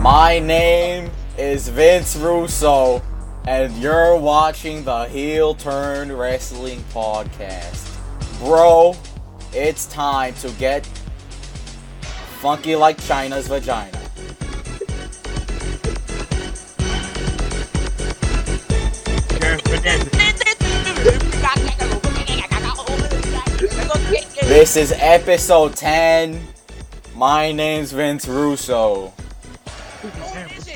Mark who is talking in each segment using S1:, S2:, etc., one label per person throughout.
S1: My name is Vince Russo, and you're watching the Heel Turn Wrestling Podcast. Bro, it's time to get funky like China's vagina. This is episode 10. My name's Vince Russo.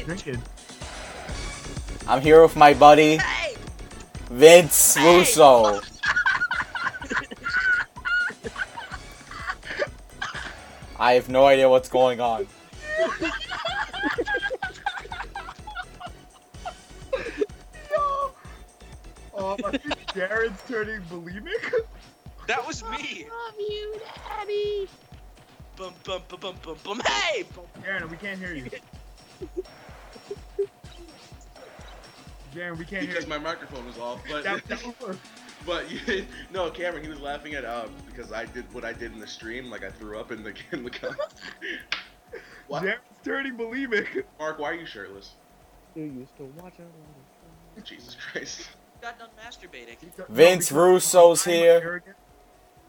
S2: Drinking.
S1: I'm here with my buddy,
S3: Hey,
S1: Vince
S3: Hey.
S1: Russo. I have no idea what's going on.
S2: Oh, I think Jared's turning bulimic.
S3: that was me.
S4: love you, Daddy.
S3: Bum bum bum bum bum bum. Hey, bum.
S2: Jaren, we can't hear you. Jaren, we can't hear
S5: because
S2: you.
S5: my microphone was off. But
S2: That, that would work.
S5: but you, no, Cameron, he was laughing at um because I did what I did in the stream, like I threw up in the in the cup. Why-
S2: Jared's turning bulimic.
S5: Mark, why are you shirtless?
S6: You used to watch out.
S5: Jesus Christ.
S3: got done masturbating.
S1: Vince Russo's here.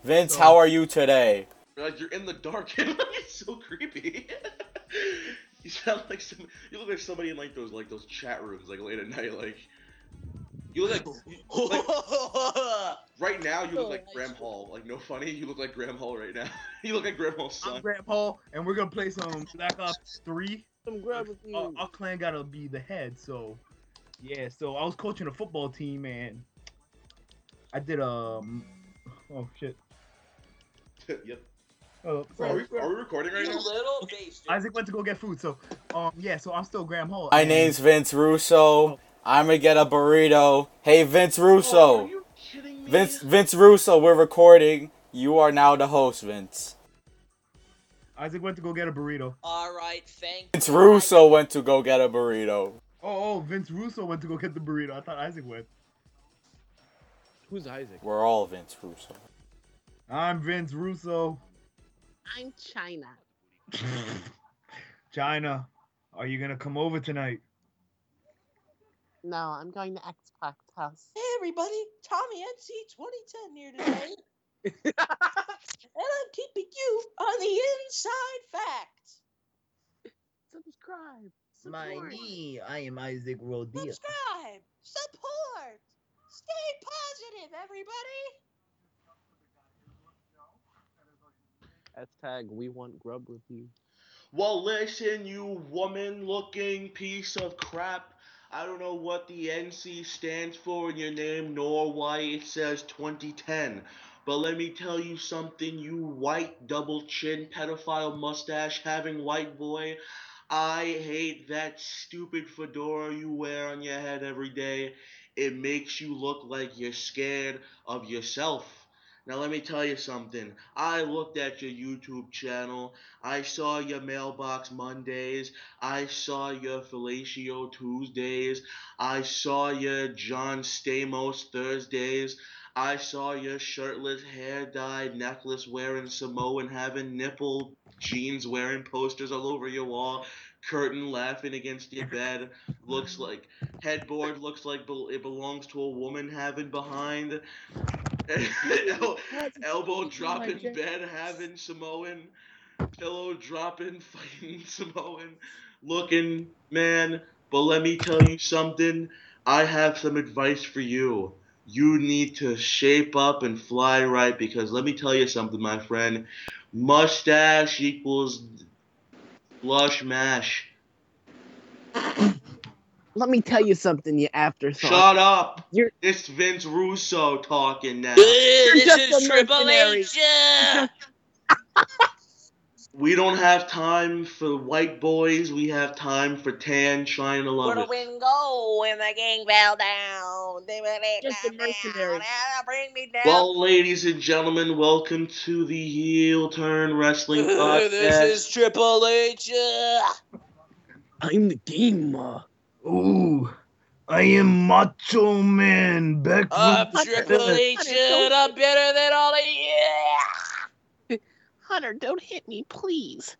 S1: Vince, how are you today?
S5: You're like you're in the dark. You're so creepy. you sound like some. You look like somebody in like those like those chat rooms like late at night. Like you look like right now.
S2: Oh,
S5: You look like Graham Hall. Like no funny. You look like Graham Hall right now. you look like Graham Hall's
S2: I'm
S5: son.
S2: Graham Hall, and we're gonna play some Black Ops 3.
S6: Some grub with you.
S2: Uh, our clan gotta be the head, so yeah. So I was coaching a football team, and I did um. Oh shit.
S5: yep.
S2: Oh,
S5: Are
S2: sorry.
S5: we, are we recording
S3: you
S5: right now?
S3: little bastard.
S2: Isaac went to go get food, so um yeah. So I'm still Graham Hall.
S1: My
S2: and-
S1: name's Vince Russo. I'm gonna get a burrito. Hey, Vince Russo.
S5: Oh, are you kidding me?
S1: Vince, Vince Russo, we're recording. You are now the host, Vince.
S2: Isaac went to go get a burrito.
S3: All right, thank.
S1: Vince
S3: God.
S1: Russo went to go get a burrito.
S2: Oh, oh, Vince Russo went to go get the burrito. I thought Isaac went.
S6: Who's Isaac?
S1: We're all Vince Russo.
S2: I'm Vince Russo.
S4: I'm China.
S2: China, are you gonna come over tonight?
S4: No, I'm going to X Pac's house.
S3: Hey everybody, Tommy NC 2010 here today, and I'm keeping you on the inside facts.
S4: Subscribe. support.
S2: I am Isaac Rodia.
S3: Subscribe, support, stay positive, everybody.
S6: Hashtag we want grub with you.
S5: Well, listen, you woman looking piece of crap. I don't know what the NC stands for in your name nor why it says 2010. But let me tell you something, you white double chin pedophile mustache having white boy. I hate that stupid fedora you wear on your head every day. It makes you look like you're scared of yourself. Now, let me tell you something. I looked at your YouTube channel I saw your mailbox Mondays. I saw your fellatio Tuesdays. I saw your John Stamos Thursdays. I saw your shirtless, hair dyed, necklace wearing Samoan having nipple jeans wearing posters all over your wall. Curtain laughing against your bed. Looks like headboard looks like bel it belongs to a woman having behind. El- elbow dropping bed having Samoan pillow dropping, fighting Samoan looking man. But let me tell you something. I have some advice for you. You need to shape up and fly right because let me tell you something, my friend. Mustache equals blush mash.
S6: Let me tell you something, you after thought.
S5: Shut up.
S6: You're-
S5: It's Vince Russo talking now.
S3: this
S6: just
S3: is
S6: a
S3: Triple
S6: mercenary.
S3: H. yeah.
S5: We don't have time for white boys. We have time for tan China
S3: Put a
S5: lovers.
S3: win go when the gang fell down. They were laid
S6: Just a
S3: down,
S6: mercenary.
S3: and bring me down.
S5: Well, ladies and gentlemen, welcome to the Heel Turn Wrestling Podcast.
S3: this is Triple H. yeah.
S6: I'm the gamer.
S2: Ooh, I am Macho Man back
S4: Uh,
S3: I'm
S2: from
S3: Triple H. yeah, and I'm better than all of you.
S4: Hunter, don't hit me, please.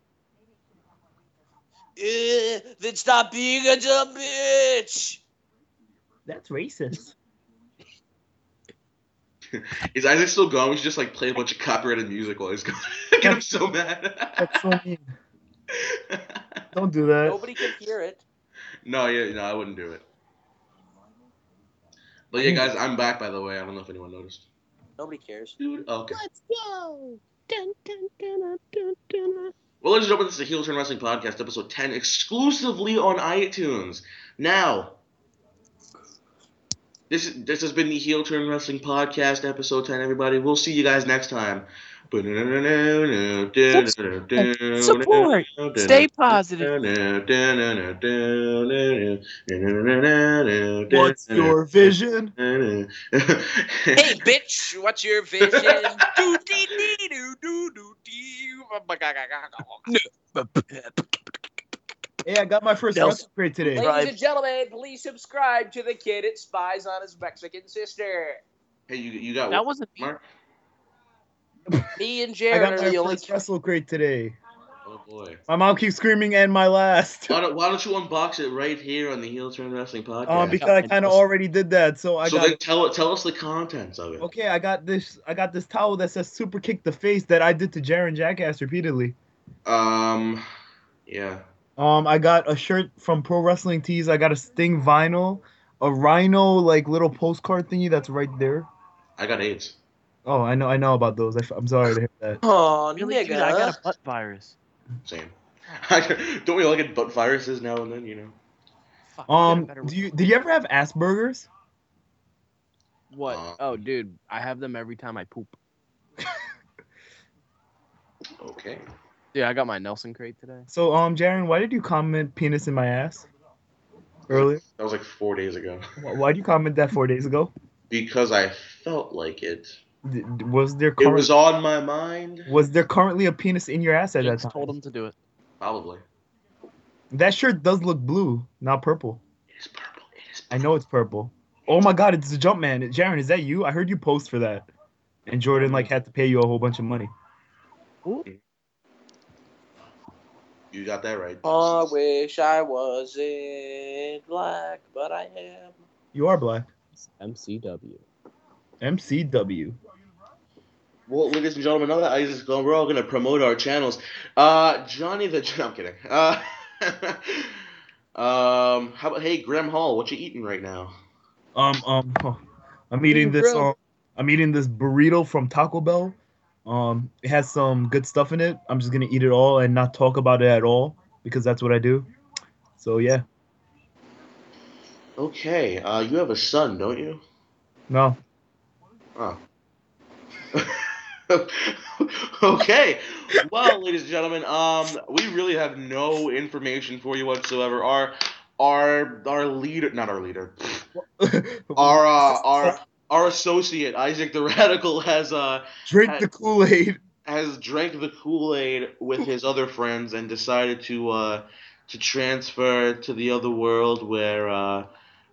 S3: "Eh, then stop being a dumb bitch.
S2: That's racist.
S5: Is Isaac still going? We should just like play a bunch of copyrighted music while he's going. Get him so mad.
S2: That's so mean. Don't do that.
S3: Nobody can hear it.
S5: no, yeah, no, I wouldn't do it. But yeah, guys, I'm back. By the way, I don't know if anyone noticed.
S3: Nobody cares.
S5: Dude, Oh, okay.
S4: Let's go. Dun, dun, dun, dun, dun, dun.
S5: Well, ladies and gentlemen, this is the Heel Turn Wrestling Podcast, episode 10, exclusively on iTunes. Now, this this has been the Heel Turn Wrestling Podcast, episode 10, everybody. We'll see you guys next time. Support.
S4: Stay positive.
S2: What's your vision?
S3: Hey, bitch, what's your vision? do dee dee doo doo doo Oh, dee.
S2: Hey, I got my first
S6: Delta.
S2: wrestling grade today.
S3: Ladies and gentlemen, please subscribe to the kid it spies on his Mexican sister.
S5: Hey, you, you got
S6: That
S5: one,
S6: wasn't me.
S5: Mark?
S3: Me
S2: I
S3: and Jared
S2: got
S3: are
S2: my
S3: the only.
S2: first wrestle grade today.
S5: Oh, boy.
S2: My mom keeps screaming, and my last.
S5: Why don't, why don't you unbox it right here on the Heel Turn Wrestling Podcast?
S2: Um, because I kind of already did that, so I
S5: so
S2: got.
S5: then tell, tell us the contents of it.
S2: Okay, I got this. I got this towel that says "Super Kick the Face" that I did to Jaren Jackass repeatedly.
S5: Um, yeah.
S2: Um, I got a shirt from Pro Wrestling Tees. I got a Sting vinyl, a Rhino like little postcard thingy that's right there.
S5: I got AIDS.
S2: Oh, I know, I know about those. I, am sorry to hear that.
S3: Oh,
S6: Really,
S3: nigga.
S6: dude, I got a butt virus.
S5: Same. Don't we all get butt viruses now and then? You know.
S6: Fuck, I got a
S2: Um,
S6: better
S2: do you
S6: one.
S2: did you ever have Asperger's?
S6: What?
S5: Uh,
S6: oh, dude, I have them every time I poop.
S5: Okay.
S6: Dude, I got my Nelson crate today.
S2: So, um, Jaren, why did you comment "penis in my ass" earlier?
S5: That was like four days ago.
S2: Wh- Why did you comment that four days ago?
S5: Because I felt like it.
S2: D- d- was there
S5: It
S2: current,
S5: was
S2: was,
S5: on my mind.
S2: there currently a penis in your ass at that
S6: Jinx
S2: time?
S6: told him to do it.
S5: Probably.
S2: That shirt does look blue, not purple.
S5: It is purple. It is.
S2: I know it's purple. Oh my god, it's the Jumpman. Jaren, is that you? I heard you post for that. And Jordan like had to pay you a whole bunch of money.
S5: You got that right.
S3: I
S7: Uh,
S3: wish I wasn't black, but I am.
S2: You are black.
S6: MCW.
S2: MCW.
S5: Well, ladies and gentlemen, now that Isaac's gone, we're all gonna promote our channels. Uh, Johnny the. I'm kidding. Uh. um. How about hey, Graham Hall? What you eating right now?
S2: Um um oh, I'm eating this
S6: Bro.
S2: um I'm eating this burrito from Taco Bell. Um it has some good stuff in it. I'm just gonna eat it all and not talk about it at all because that's what I do. So yeah.
S5: Okay. Uh, you have a son, don't you?
S2: No.
S5: Oh. okay. Well, ladies and gentlemen, um, we really have no information for you whatsoever. Our, our, our leader, not our leader, our, uh, our, our associate Isaac the Radical has uh
S2: Drink the Kool-Aid.
S5: has drank the Kool Aid with his other friends and decided to uh to transfer to the other world where uh.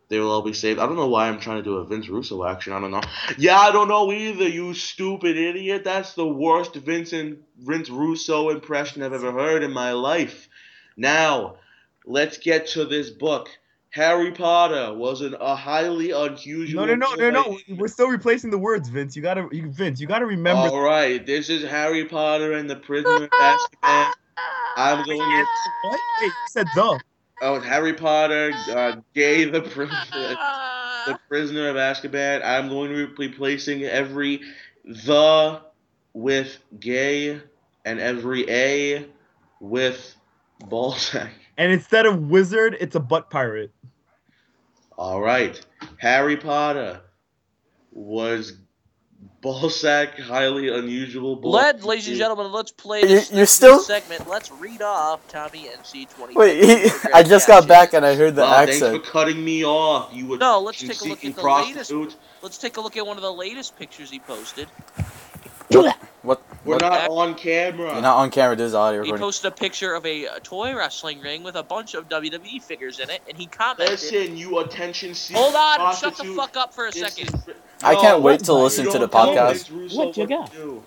S5: They will all be saved. I don't know why I'm trying to do a Vince Russo action. I don't know. Yeah, I don't know either. You stupid idiot. That's the worst Vincent Vince Russo impression I've ever heard in my life. Now, let's get to this book. Harry Potter was an, a highly
S2: No,
S5: unusual.
S2: no, no, no, no.
S5: boy.
S2: We're still replacing the words, Vince. You gotta, you, Vince. You gotta remember.
S5: All right, this is Harry Potter and the Prisoner of Azkaban. I'm going with
S2: What? Wait, you said the.
S5: oh, it's Harry Potter, uh, Gay the Prisoner, the Prisoner of Azkaban. I'm going to be replacing every the with gay and every a with ballsack.
S2: And instead of wizard, it's a butt pirate.
S5: All right, Harry Potter was ballsack highly unusual. Ball-
S3: Let, ladies and gentlemen, let's play
S1: You-
S3: this
S1: you
S3: this
S1: still-
S3: segment. Let's read off Tommy and C20.
S1: Wait, he, I just got back and I heard the
S5: Wow, thanks
S1: accent.
S5: for cutting me off. You were
S3: No, let's take a look at the latest-
S5: prostitute.
S3: Let's take a look at one of the latest pictures he posted.
S1: What?
S5: We're
S1: what-
S5: not on camera.
S1: You're not on camera. This is audio
S3: He
S1: recording.
S3: posted a picture of a, uh toy wrestling ring with a bunch of
S7: E
S3: WWE figures in it, and he commented,
S5: Listen, you attention seeking
S3: "Hold on,
S5: prostitute.
S3: shut the fuck up for a
S5: This
S3: second.
S5: is-
S1: I
S5: No,
S1: can't wait to
S5: you
S1: listen to
S5: don't
S1: the
S5: tell
S1: podcast.
S5: Vince Russo
S6: What
S5: to
S6: you got?
S5: do.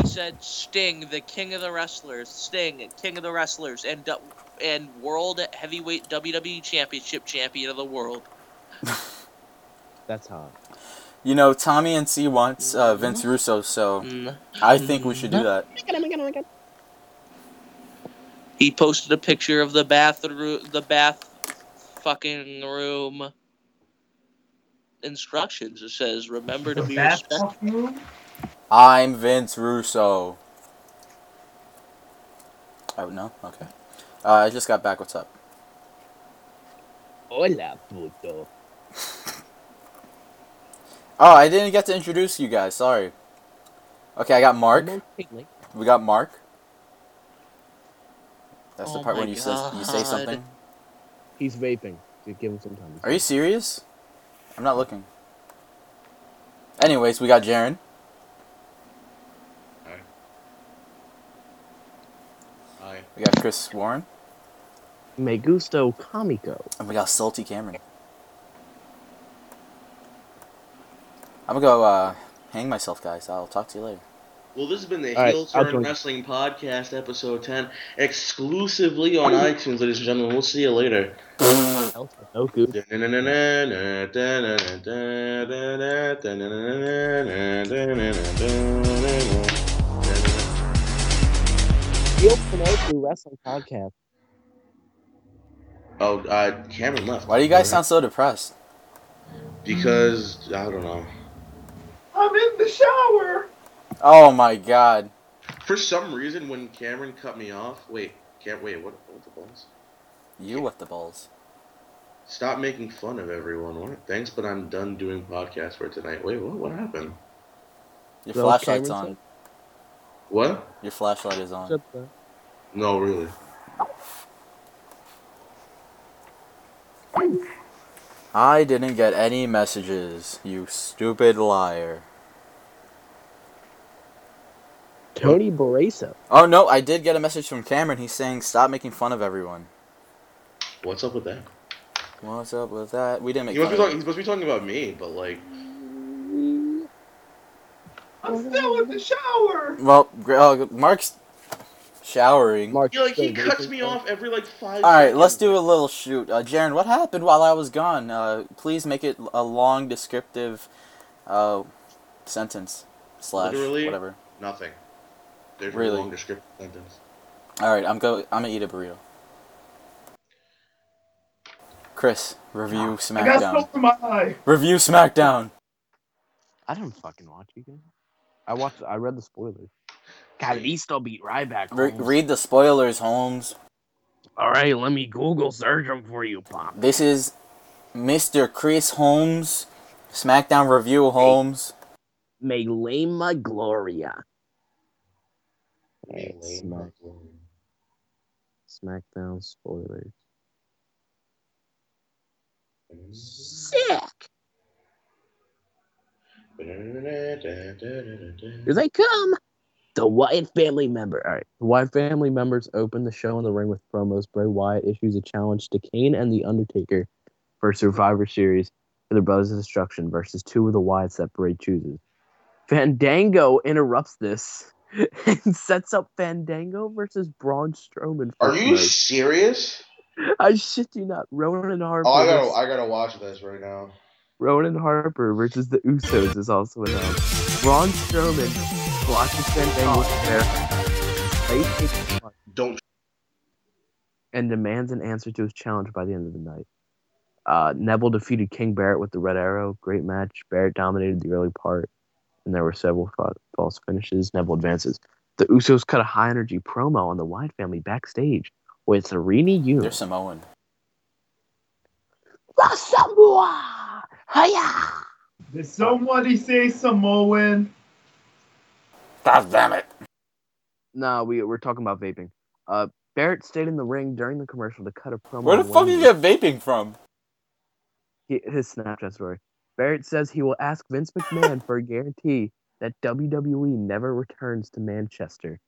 S7: He said Sting, the king of the wrestlers, Sting, king of the wrestlers, and du- and world heavyweight WWE championship champion of the world.
S6: That's hot.
S1: You know, Tommy and C wants uh, Vince Russo, so
S7: Mm.
S1: I think we should do that.
S7: He posted a picture of the bathroom, the bath, fucking room. Instructions. It says, "Remember to be respectful."
S2: bathroom?
S1: I'm Vince Russo. Oh no, okay. Uh, I just got back. What's up?
S6: Hola, puto.
S1: Oh, I didn't get to introduce you guys. Sorry. Okay, I got Mark. We got Mark. That's the
S7: Oh
S1: part
S7: my
S1: when you say you say
S7: God.
S1: something.
S6: He's vaping. Just give him some time.
S1: Are you serious? I'm not looking. Anyways, we got Jaren.
S5: I
S1: We got Chris Warren.
S6: Me gusto comico.
S1: And we got Salty Cameron. I'm gonna go uh, hang myself, guys. I'll talk to you later.
S5: Well, this has been the
S6: All right,
S5: Heel
S6: I'll
S5: Turn
S6: join you.
S5: Wrestling Podcast, episode 10, exclusively on iTunes, ladies and gentlemen. We'll see you later.
S6: No goose. Heel Pinocchio Wrestling Podcast.
S5: Oh, uh, Cameron left.
S1: Why do you guys sound so depressed?
S5: Because, I don't know.
S8: I'm in the shower.
S1: Oh my god.
S5: For some reason, when Cameron cut me off, wait, can't wait, what, what the balls?
S1: You with the balls.
S5: Stop making fun of everyone. What? Thanks, but I'm done doing podcasts for tonight. Wait, what? What happened?
S1: Your
S6: Well,
S1: flashlight's
S6: Cameron
S1: on.
S5: What?
S1: Your flashlight is on.
S5: No, really.
S1: I didn't get any messages, you stupid liar.
S6: Tony Baresa.
S1: Oh no, I did get a message from Cameron. He's saying stop making fun of everyone.
S5: What's up with that?
S1: What's up with that? We didn't make
S5: He
S1: fun
S5: must, be
S1: of
S5: talking,
S1: it.
S5: he must be talking about me, but like,
S8: I'm still in the shower.
S1: Well, gr- uh, Mark's showering.
S6: Mark.
S5: he, like, he
S6: still
S5: cuts
S6: vaping,
S5: me
S6: huh?
S5: off every like five.
S1: All right, let's
S5: seconds.
S1: do a little shoot. Uh, Jaren, what happened while I was gone? Uh, please make it a long descriptive uh, sentence slash
S5: Literally?
S1: whatever.
S5: nothing. There's
S1: Really?
S5: a long descriptive sentence.
S1: All right, I'm go. I'm gonna eat a burrito. Chris, review
S8: I got
S1: SmackDown.
S8: soap in my eye.
S1: Review SmackDown.
S6: I didn't fucking watch you guys. I watched. I read the spoilers. God, at least I'll beat Ryback.
S1: Re-
S6: Holmes.
S1: read the spoilers, Holmes.
S6: All right, let me Google search them for you, Pop.
S1: This is Mr. Chris Holmes. SmackDown review, Holmes.
S6: Melema Gloria. Smack, SmackDown spoilers. Sick. Here they come. The Wyatt family member. All right. The Wyatt family members open the show in the ring with promos. Bray Wyatt issues a challenge to Kane and The Undertaker for Survivor Series for the Brothers of Destruction versus two of the Wyatts that Bray chooses. Fandango interrupts this and sets up Fandango versus Braun Strowman. for
S5: Are you
S6: tonight.
S5: serious?
S6: I shit you not. Ronan Harper.
S5: Oh, I gotta,
S6: versus-
S5: I gotta watch this right now.
S6: Ronan Harper versus the Usos is also announced. Braun Strowman blocks Fandango there.
S5: Don't.
S6: and demands an answer to his challenge by the end of the night. Uh, Neville defeated King Barrett with the Red Arrow. Great match. Barrett dominated the early part, and there were several fa- false finishes. Neville advances. The Usos cut a high energy promo on the Wyatt family backstage with Serena
S1: They're
S6: Yoon.
S1: Samoan.
S6: Samoa! Hiya!
S2: Did somebody say Samoan?
S1: God damn it.
S6: No, we, we're talking about vaping. Uh, Barrett stayed in the ring during the commercial to cut a promo.
S1: Where the
S6: on
S1: fuck did
S6: Wembley.
S1: you get vaping from?
S6: he, his Snapchat story. Barrett says he will ask Vince McMahon for a guarantee that WWE never returns to Manchester.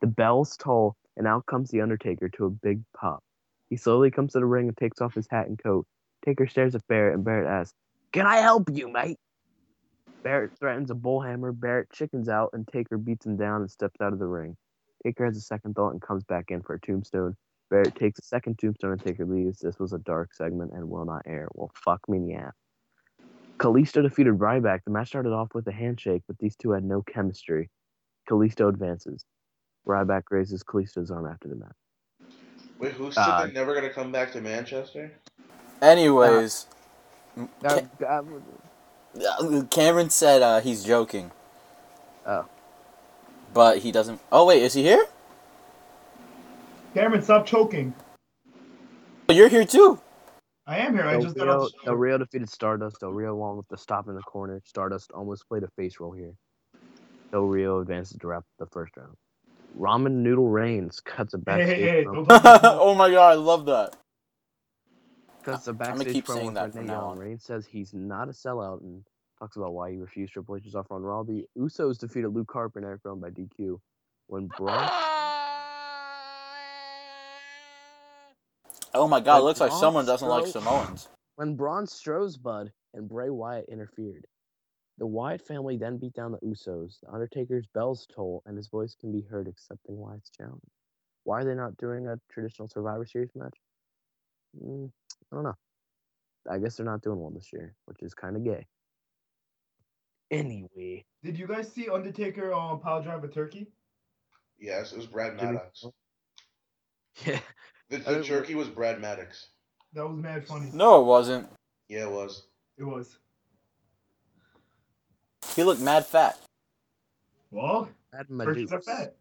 S6: The bells toll, and out comes The Undertaker to a big pop. He slowly comes to the ring and takes off his hat and coat. Taker stares at Barrett, and Barrett asks, Can I help you, mate? Barrett threatens a bullhammer. Barrett chickens out, and Taker beats him down and steps out of the ring. Taker has a second thought and comes back in for a tombstone. Barrett takes a second tombstone and Taker leaves. This was a dark segment and will not air. Well, fuck me in the ass. Kalisto defeated Ryback. The match started off with a handshake, but these two had no chemistry. Kalisto advances. Ryback raises Kalisto's arm after the match.
S5: Wait, who said
S6: Uh,
S5: they're never gonna come back to Manchester?
S1: Anyways,
S6: Uh, uh,
S1: uh, Cameron said uh, he's joking.
S6: Oh.
S1: But he doesn't. Oh wait, is he here?
S8: Cameron, stop choking.
S1: Oh, You're here too.
S8: I am here. I
S6: Del
S8: just got
S6: Rio,
S8: off.
S6: Del Rio defeated Stardust. Del Rio won with the stop in the corner. Stardust almost played a face roll here. Del Rio advances to wrap the first round. Ramen Noodle Reigns cuts a
S8: Hey,
S6: backstage
S8: hey, hey!
S6: promo.
S8: Don't talk
S1: oh my god, I love that.
S6: Cuts the
S1: gonna
S6: backstage
S1: keep
S6: promo
S1: saying
S6: with
S1: that from
S6: Renee
S1: now
S6: Young.
S1: on.
S6: Reigns says he's not a sellout and talks about why he refused Triple H's offer on Raw. The Usos defeated Luke Harper and Eric Rowan by DQ. When Braun,
S1: Oh my god,
S6: But
S1: looks like
S6: Braun
S1: someone doesn't like
S6: Strowman-
S1: Samoans.
S6: when Braun Strowsbud and Bray Wyatt interfered. The Wyatt family then beat down the Usos. The Undertaker's bells toll, and his voice can be heard accepting Wyatt's challenge. Why are they not doing a traditional Survivor Series match? Mm, I don't know. I guess they're not doing one this year, which is kind of gay. Anyway,
S8: Did you guys see Undertaker um, power drive a turkey?
S5: Yes, it was Brad
S6: Jimmy-
S5: Maddox.
S6: yeah,
S5: The,
S6: I
S5: the
S6: don't-
S5: jerky was Brad Maddox.
S8: That was mad funny.
S1: No, it wasn't.
S5: Yeah, it was.
S8: It was.
S1: He looked mad fat.
S8: Well,
S6: Brad
S8: turkeys are
S6: Maddox.
S8: fat.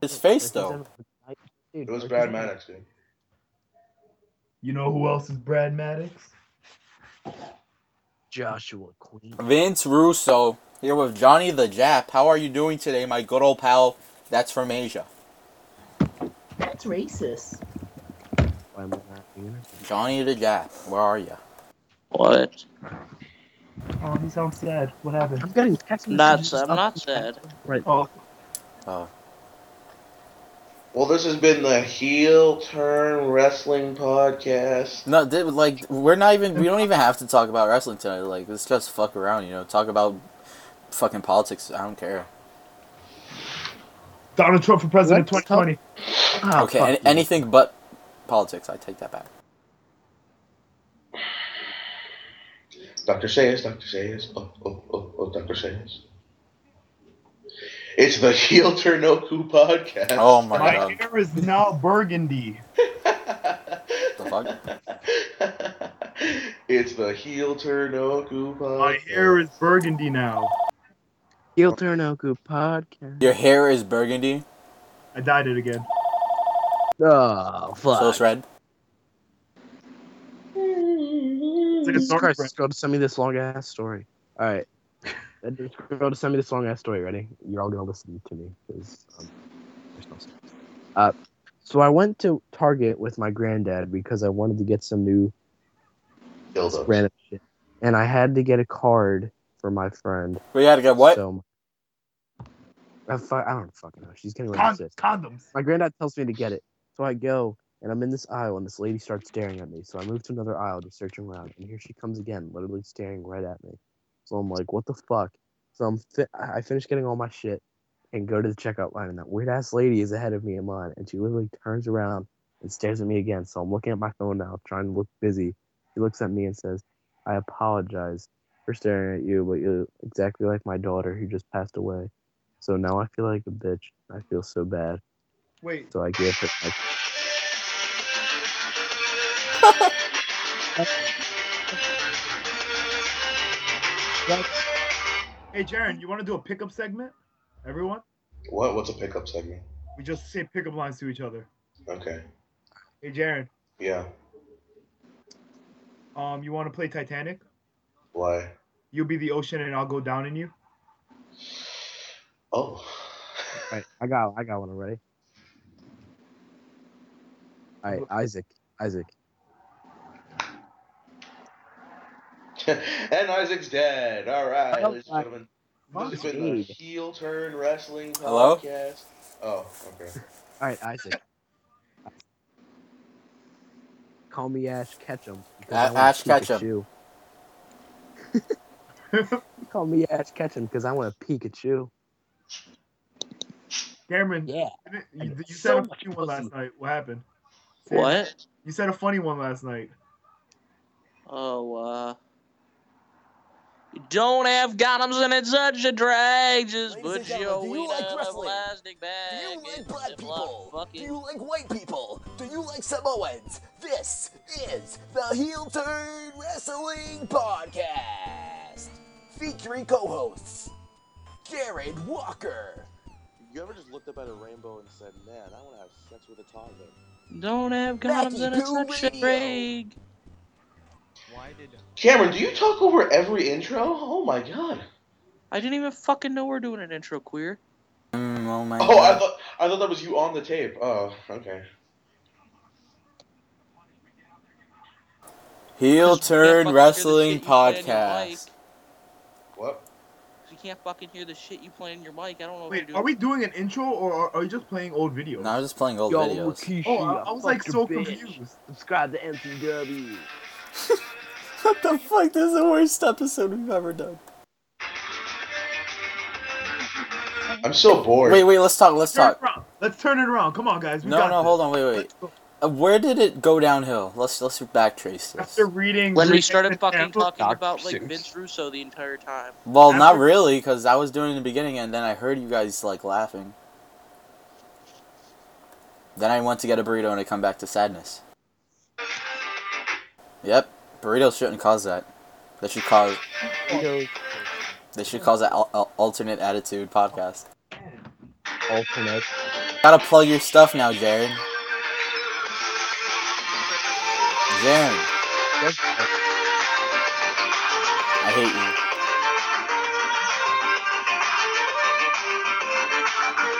S1: His face though.
S5: It was Brad Maddox, dude.
S8: You know who else is Brad Maddox?
S6: Joshua Queen.
S1: Vince Russo here with Johnny the Jap. How are you doing today, my good old pal? That's from Asia.
S4: That's racist.
S6: Why am I not doing it?
S1: Johnny the Jap, where are you?
S7: What?
S2: Oh, he sounds sad. What happened?
S6: I'm getting text
S7: Not
S6: messages
S7: sad. I'm
S6: up
S7: not
S6: and
S7: sad.
S6: Right.
S2: Oh,
S5: Well, this has been the Heel Turn Wrestling Podcast.
S1: No, th- like we're not even. We don't even have to talk about wrestling tonight. Like let's just fuck around, you know. Talk about fucking politics. I don't care.
S2: Donald Trump for president
S6: What?
S2: 2020.
S6: Ah,
S1: okay,
S6: fuck
S1: an-
S6: you.
S1: anything but politics. I take that back.
S5: Dr. Sayers, Dr. Sayers. Oh, oh, oh, oh, Dr. Sayers. It's the Heel Turn Oku Podcast.
S1: Oh my
S2: My
S1: god.
S2: hair is now burgundy.
S1: The
S5: it's the Heel Turn Oku Podcast.
S2: My hair is burgundy now.
S6: Heel Turnoku podcast.
S1: Your hair is burgundy,
S2: I dyed it again.
S6: Oh fuck!
S1: so it's red.
S2: It's like a
S6: Jesus
S2: dark
S6: Christ,
S2: red.
S6: this girl to send me this long ass story. All right, That this girl to send me this long ass story. Ready? You're all gonna listen to me because um, there's no sense. Uh, so I went to Target with my granddad because I wanted to get some new
S5: Dildos.
S6: random shit, and I had to get a card for my friend.
S1: We gotta get what?
S6: So, I, fu- I don't fucking know. She's getting ready to
S2: Con-
S6: assist.
S2: condoms.
S6: My granddad tells me to get it. So I go and I'm in this aisle and this lady starts staring at me. So I move to another aisle to search around and here she comes again, literally staring right at me. So I'm like, what the fuck? So I'm fi- I I finish getting all my shit and go to the checkout line and that weird ass lady is ahead of me in line and she literally turns around and stares at me again. So I'm looking at my phone now, trying to look busy. She looks at me and says, I apologize for staring at you, but you're exactly like my daughter who just passed away. So now I feel like a bitch. I feel so bad.
S2: Wait,
S6: So I give her like
S2: hey, Jaren, you want to do a pickup segment? Everyone,
S5: What? What's a pickup segment?
S2: we just say pickup lines to each other.
S5: Okay.
S2: Hey, Jaren,
S5: Yeah.
S2: um, you want to play Titanic?
S5: Why?
S2: You'll be the ocean and I'll go down in you.
S5: Oh.
S6: Alright, I got I got one already. Alright, Isaac. Isaac.
S5: and Isaac's dead. All right,
S6: Oh,
S5: ladies and gentlemen. This has been the
S6: Indeed.
S5: Heel Turn Wrestling Podcast.
S1: Hello?
S5: Oh, okay.
S6: Alright, Isaac. Call me Ash Ketchum. because
S1: A-
S6: I wanna
S1: Ash
S6: shoot the
S1: Ketchum.
S6: shoe. Call me Ash Ketchum because I want a Pikachu.
S2: Cameron,
S6: Yeah.
S2: you,
S6: I
S2: you
S6: know.
S2: said
S6: So
S2: a
S6: much
S2: funny one last
S6: pussy.
S2: night. What happened? Say it.
S7: What?
S2: You said a funny one last night.
S7: Oh, uh. You don't have golems and it's such a drag.
S9: Ladies
S7: Just
S9: and
S7: put your
S9: gentlemen, do you
S7: wiener
S9: like
S7: in a
S9: wrestling?
S7: plastic
S9: Do
S7: bag.
S9: you like
S7: and
S9: black
S7: zip lock
S9: people? Do
S7: fucking-
S9: you like white people? Do you like Samoans? This is the Heel Turn Wrestling Podcast, featuring co-hosts Jared Walker,
S10: You ever just looked up at a rainbow and said, "Man, I want to have sex with a toddler"?
S7: Don't have golems
S9: Mackie
S7: and it's
S9: Boo
S7: such a
S9: Radio.
S7: drag.
S11: Why did
S5: Cameron, do you talk over every intro? Oh my god.
S7: I didn't even fucking know we're doing an intro queer.
S1: Mm, oh my
S5: Oh, I
S1: god.
S5: thought I thought that was you on the tape. Oh, okay.
S1: Heel
S7: Because you can't fucking hear
S1: Turn
S7: the
S1: Wrestling
S7: shit you play in your
S1: Podcast.
S7: mic.
S5: What?
S7: You can't fucking hear the shit you play in your mic. I don't know if
S2: Wait,
S7: you're
S2: are we
S7: doing-
S2: doing an intro or are, are you just playing old videos?
S1: No, I was just playing old videos.
S6: Rikishi,
S2: oh, I, I was like
S6: fucked
S2: so
S6: your bitch.
S2: confused.
S6: Subscribe to MPW.
S1: What the fuck? This is the worst episode we've ever done.
S5: I'm so bored.
S1: Wait, wait, let's talk, let's
S2: Turn it
S1: talk.
S2: around. Let's turn it around. Come on, guys. We
S1: No,
S2: got
S1: no,
S2: this.
S1: hold on, wait, wait.
S2: Let's go.
S1: Uh, Where did it go downhill? Let's let's backtrace this.
S2: After reading,
S7: When we
S2: reading
S7: started
S2: the
S7: fucking
S2: sample-
S7: talking
S6: Dr.
S7: about, like,
S6: Seuss.
S7: Vince Russo the entire time.
S1: Well, not
S2: after-
S1: really, because I was doing it in the beginning, and then I heard you guys like laughing. Then I went to get a burrito, and I come back to sadness. Yep, burritos shouldn't cause that. They should cause. They should cause an al- al- alternate attitude podcast.
S6: Alternate.
S1: Gotta plug your stuff now, Jared. Jared, I hate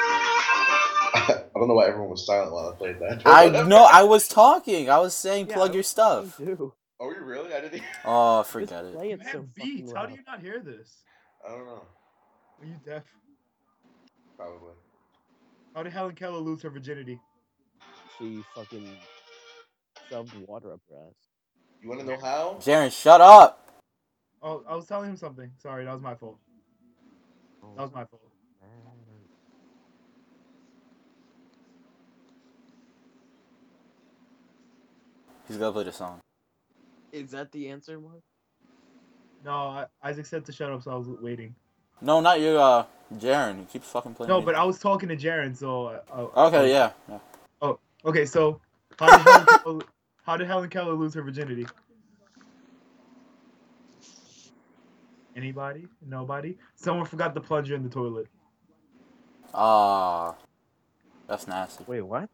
S1: you.
S5: I don't know why everyone was silent while I played that.
S1: I know I was talking. I was saying plug your stuff.
S6: Dude,
S5: Are we really? I didn't. even-
S1: Oh,
S6: just
S1: forget it.
S6: play
S2: You
S6: it so
S2: have beats.
S6: fucking
S2: How
S6: loud.
S2: do you not hear this?
S5: I don't know.
S2: Are you deaf?
S5: Probably.
S2: How did Helen Keller lose her virginity?
S6: She fucking shoved water up her ass.
S5: You want to know how?
S1: Jared, shut up.
S2: Oh, I was telling him something. Sorry, that was my fault.
S6: Oh,
S2: That was my fault.
S1: He's gonna play the song.
S6: Is that the answer, Mark?
S2: No, I, Isaac said to shut up, so I was waiting.
S1: No, not you, uh, Jaren. You keep fucking playing.
S2: No,
S1: music.
S2: but I was talking to Jaren, so. I, I,
S1: Okay, yeah. yeah.
S2: Okay, so how did, Helen Keller, how did Helen Keller lose her virginity? Anybody? Nobody? Someone forgot the plunger in the toilet.
S1: Ah, that's nasty.
S6: Wait, what?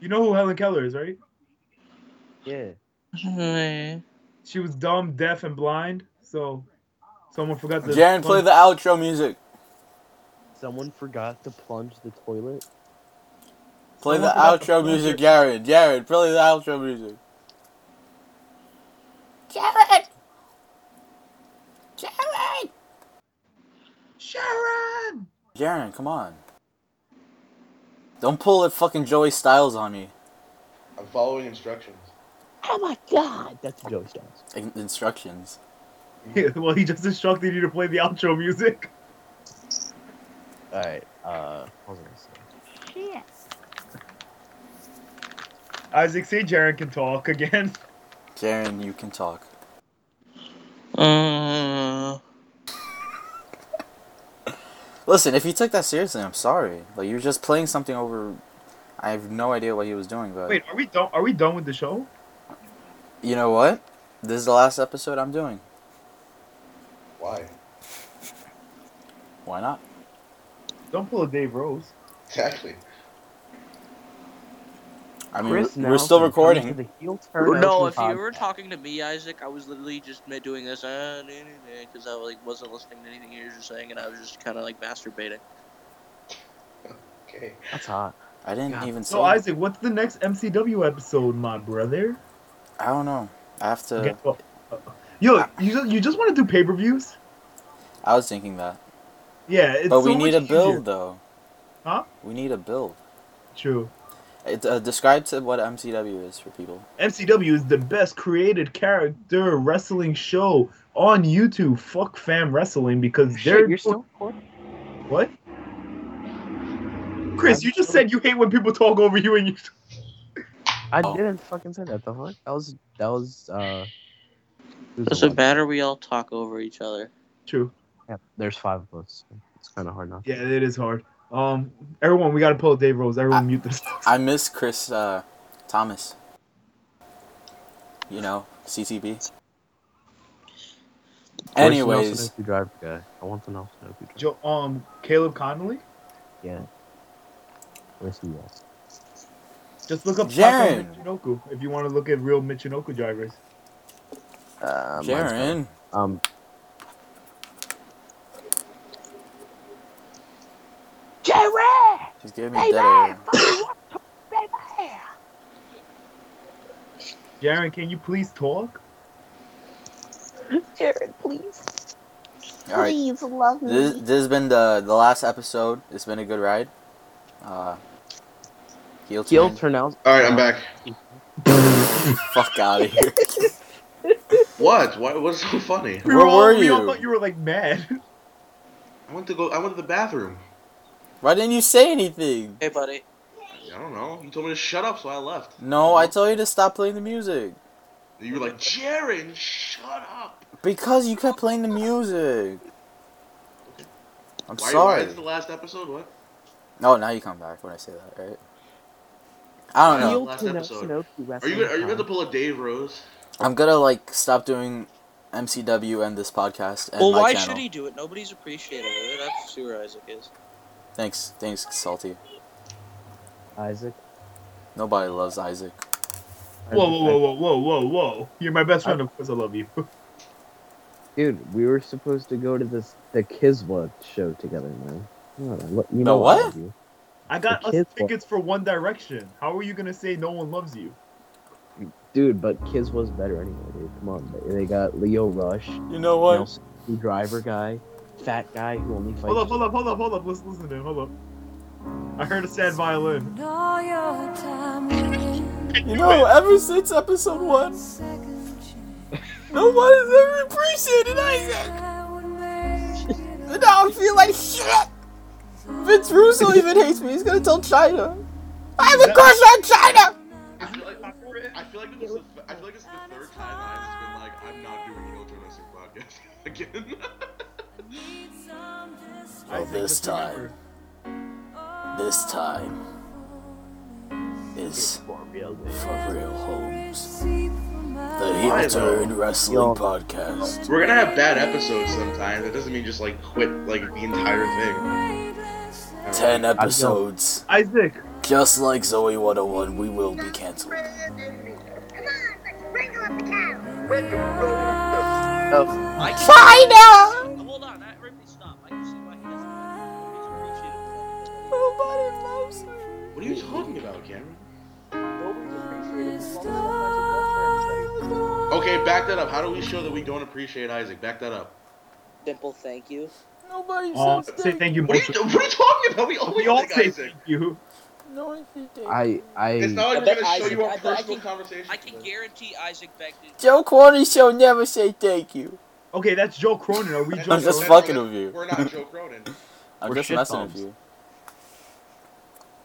S2: You know who Helen Keller is, right?
S6: Yeah.
S2: She was dumb, deaf, and blind, so someone forgot the.
S1: Jaren, play
S2: plung-
S1: the outro music.
S6: Someone forgot to plunge the toilet.
S1: Play the
S2: Someone forgot the
S1: outro
S2: plunger.
S1: music, Jared. Jared, play the outro music. Jared. Jared.
S2: Sharon!
S1: Jaren, come on. Don't pull it, fucking Joey Styles on me.
S5: I'm following instructions.
S6: Oh my god, that's Joey Styles.
S1: In- instructions.
S2: well, he just instructed you to play the outro music.
S6: All right. Uh, what was I gonna say?
S2: Isaac, say Jaren can talk again.
S1: Jaren, you can talk.
S7: Uh,
S1: Listen, if you took that seriously, I'm sorry. Like you were just playing something over. I have no idea what he was doing, but
S2: Wait, are we done? Are we done with the show?
S1: you know what? This is the last episode I'm doing.
S5: Why?
S1: Why not?
S2: Don't pull a Dave Rose.
S5: Exactly.
S1: I mean,
S6: Chris
S1: we're, we're still
S6: Nelson coming to
S1: recording.
S6: the heel turn
S7: no,
S6: open
S7: if you were
S6: podcast.
S7: talking to me, Isaac, I was literally just ma- doing this uh, because I like wasn't listening to anything you were just saying, and I was just kind of like masturbating.
S5: Okay.
S6: That's hot.
S1: I didn't
S6: Yeah.
S1: even say.
S2: So Isaac, what's the next MCW episode, my brother?
S1: I don't know. I have to.
S2: Okay, well, uh, yo, you just, you just want to do pay per views?
S1: I was thinking that,
S2: Yeah, it's
S1: but
S2: so
S1: we need a
S2: much
S1: build
S2: easier.
S1: though.
S2: Huh?
S1: We need a build.
S2: True.
S1: It, uh, describe to what MCW is for people.
S2: MCW is the best created character wrestling show on YouTube, fuck fam wrestling because
S6: Shit,
S2: they're
S6: you're still recording?
S2: what? Chris, you just said you hate when people talk over you and you.
S6: I
S1: Oh.
S6: didn't fucking say that. The fuck? That was that was. uh
S7: Doesn't matter. We all talk over each other.
S2: True.
S6: Yeah, there's five of us. so It's kind of hard not.
S2: Yeah, it is hard. Um, everyone, we gotta pull Dave Rose. Everyone, mute this.
S1: I miss Chris uh, Thomas. You know, CTB.
S6: Where's
S1: Anyways.
S6: the Nelson Opie drive guy. I want the Nelson Opie drive.
S2: Jo- um, Caleb Connolly.
S6: Yeah. Where's he at?
S2: Just look up Taka
S1: Jaren.
S2: Michinoku if you want to look at real Michinoku drivers.
S6: Uh, mine's
S1: Jaren.
S6: not. Um.
S3: Jerry!
S1: She's giving me dead air.
S2: Jaren, can you please talk?
S4: Jared, please.
S1: All right.
S4: Please love me.
S1: This, this has been the the last episode. It's been a good ride. Uh, heel turn.
S6: Gil Turnell.
S5: All right, I'm back.
S1: Fuck out of here.
S5: What? What was so funny?
S1: Where were
S2: We all
S1: you?
S2: thought you were like mad.
S5: I went to go. I went to the bathroom.
S1: Why didn't you say anything?
S7: Hey, buddy.
S5: I don't know. You told me to shut up, so I left.
S1: No, I told you to stop playing the music
S5: You were like, Jaren, shut up.
S1: because you kept playing the music. I'm
S5: why, Why
S1: sorry.
S5: is it the last episode? What?
S1: No, now you come back when I say that, right? I don't know.
S5: Heel Last episode. Are you gonna, are you going to pull a Dave Rose?
S1: I'm gonna like stop doing MCW and this podcast and
S7: well,
S1: my
S7: why
S1: channel.
S7: should he do it? Nobody's appreciating it. That's Sewer Isaac is.
S1: Thanks, thanks, salty.
S6: Isaac.
S1: Nobody loves Isaac.
S2: Whoa, whoa, whoa, whoa, whoa, whoa, whoa! You're my best friend. Of course, I love you.
S6: Dude, we were supposed to go to this the Kiswa show together, man. You know, I lo- you know I
S1: what?
S6: love you.
S2: I got
S6: The
S2: us
S6: kids wa-
S2: tickets for One Direction. How are you gonna say no one loves you?
S6: Dude, but Kiz was better anyway, dude. Come on. They- They got Leo Rush,
S1: You know what?
S6: Nelson, the driver guy, fat guy who only fights.
S2: Hold up, hold up, hold up, hold up. Let's listen to him. Hold up. I heard a sad violin.
S1: You know, ever since episode one, nobody's ever appreciated Isaac. And now I feel like shit. Vince Russo even hates me. He's gonna tell China. I have a crush on China.
S5: I feel like, I feel like, this, is, I feel like this is the third time I've just been like, I'm not doing heel turn wrestling podcast again.
S1: Well, this time, this time is for real Holmes. The
S5: Why,
S1: Heel
S5: though?
S1: Turn Wrestling Podcast.
S5: We're gonna have bad episodes sometimes. That doesn't mean just like quit like the entire thing.
S1: Ten episodes.
S2: Isaac.
S1: Just like Zoe 101, we will be canceled.
S7: I can-
S3: China!
S7: Oh, Hold on, I Ripley, stop. I can see why he doesn't.
S1: Nobody loves me.
S5: What are you talking about, Cameron? Okay, back that up. How do we show that we don't appreciate Isaac? Back that up.
S7: Dimple, thank you.
S1: Nobody
S2: Um,
S1: says
S2: say thank you.
S5: What are
S2: Melissa.
S5: you, what are you talking about? We always
S2: We all
S5: like
S2: say
S5: Isaac.
S2: thank you.
S1: No one says thank
S6: I, I.
S5: It's not
S7: I
S5: like we're
S7: bet
S5: gonna show
S7: Isaac-
S5: you our
S7: I bet I
S5: personal
S7: can-
S5: conversation.
S7: I can guarantee Isaac begged it.
S1: Joe Corny Show never say thank you.
S2: Okay, that's Joe Cronin. Are we Joe
S1: I'm just
S2: Cronin?
S1: fucking with you.
S5: We're not Joe Cronin.
S1: I'm
S6: We're
S1: just
S6: shit
S1: messing
S6: bombs.
S1: with you.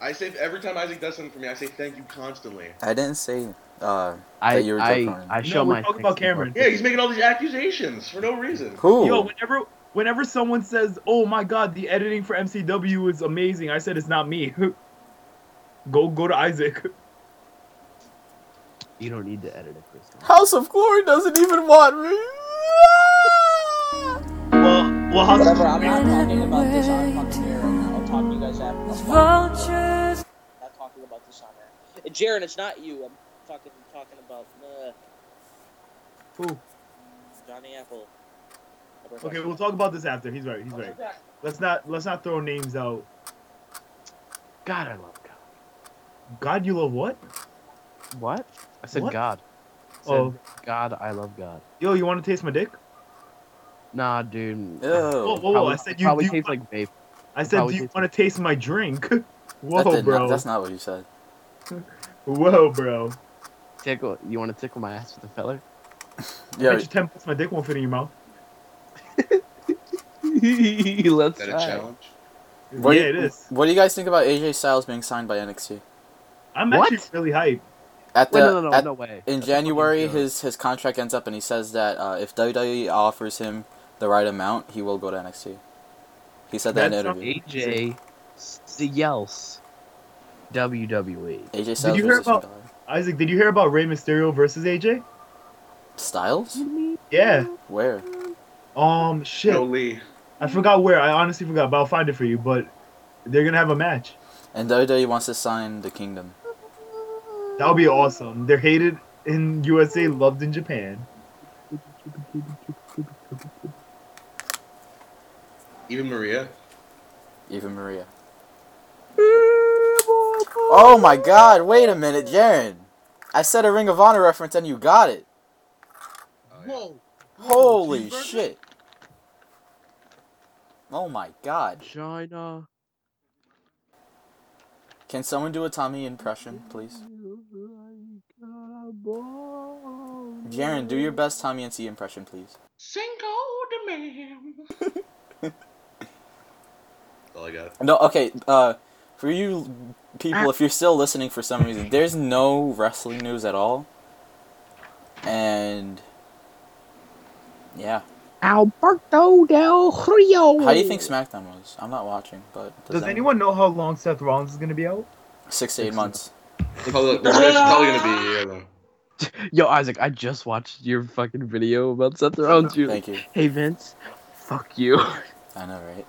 S5: I say every time Isaac does something for me, I say thank you constantly.
S1: I didn't say uh,
S6: I,
S1: that you were Joe
S6: I,
S1: Cronin.
S6: I
S2: No,
S6: show
S2: we're
S6: my.
S2: talking about
S6: thanks to
S2: Cameron.
S5: Yeah, he's making all these accusations for no reason.
S1: Who?
S2: Yo, whenever whenever someone says, "Oh my God, the editing for MCW is amazing," I said it's not me. go go to Isaac.
S6: Buck. You don't need to edit it, Chris.
S1: House of Glory doesn't even want me.
S2: Well, well, how's
S7: Whatever, I'm not talking about this on fucking air right now. I'll talk to you guys after. I'm
S12: Vultures.
S7: not talking about this on air. Uh, Jaren, it's not you. I'm fucking talking about uh,
S2: Who?
S7: Johnny Apple.
S2: Okay, we'll talk about this after. He's right. He's right. Let's not let's not throw names out.
S6: God, I love God.
S2: God, you love what?
S6: What? I said
S2: What?
S6: God. I said,
S2: Oh.
S6: God, I love God.
S2: Yo, you want to taste my dick?
S6: Nah, dude.
S2: Whoa,
S1: Ew.
S2: whoa, whoa! I said you.
S6: Probably
S2: do you
S6: tastes like vape.
S2: I said,
S6: Probably
S2: do you
S6: tastes-
S2: want to taste my drink? Whoa,
S1: That did
S2: bro.
S1: not, that's not what you said.
S2: Whoa, bro.
S6: Tickle. You want to tickle my ass with a feller?
S1: Yo,
S2: Yeah. Bet you 10 bucks my dick won't fit in your mouth.
S6: Let's
S1: Is that a
S6: try.
S1: challenge? What do you- What do you guys think about AJ Styles being signed by NXT?
S2: I'm actually really hyped.
S1: At the,
S2: Wait, no, no, no,
S1: at-
S2: no way.
S1: In
S2: That's a
S1: January,
S2: fucking joke.
S1: his his contract ends up, and he says that uh, if WWE offers him the right amount, he will go to NXT. He said that in an interview.
S6: AJ Styles, WWE.
S1: AJ
S2: Did you hear about Isaac? Did you hear about Rey Mysterio versus AJ
S1: Styles?
S2: Yeah.
S1: Where?
S2: Um, shit.
S5: Yo, Lee.
S2: I forgot where. I honestly forgot, but I'll find it for you. But they're gonna have a match.
S1: And WWE wants to sign the Kingdom.
S2: That would be awesome. They're hated in USA, loved in Japan.
S5: Even Maria.
S1: Even Maria. Oh my God! Wait a minute, Jaren. I said a Ring of Honor reference, and you got it.
S4: Whoa.
S1: Holy
S4: cheeseburger?
S1: shit! Oh my God!
S6: China.
S1: Can someone do a Tommy impression, please? Jaren, do your best Tommy and C impression, please.
S5: Cinco de Mayo. All I got.
S1: No, okay. Uh, for you
S2: Ah.
S1: people, if you're still listening for some reason, there's no wrestling news at all, and yeah.
S4: Alberto Del Rio.
S1: How do you think SmackDown was? I'm not watching, but
S2: Does anyone know how long Seth Rollins is gonna be out?
S1: six to eight months?
S5: Probably, it's probably gonna be a year though.
S6: Yo, Isaac, I just watched your fucking video about Seth Rollins. You're
S1: Thank
S6: like,
S1: you.
S6: Hey Vince, fuck you.
S1: I know, right?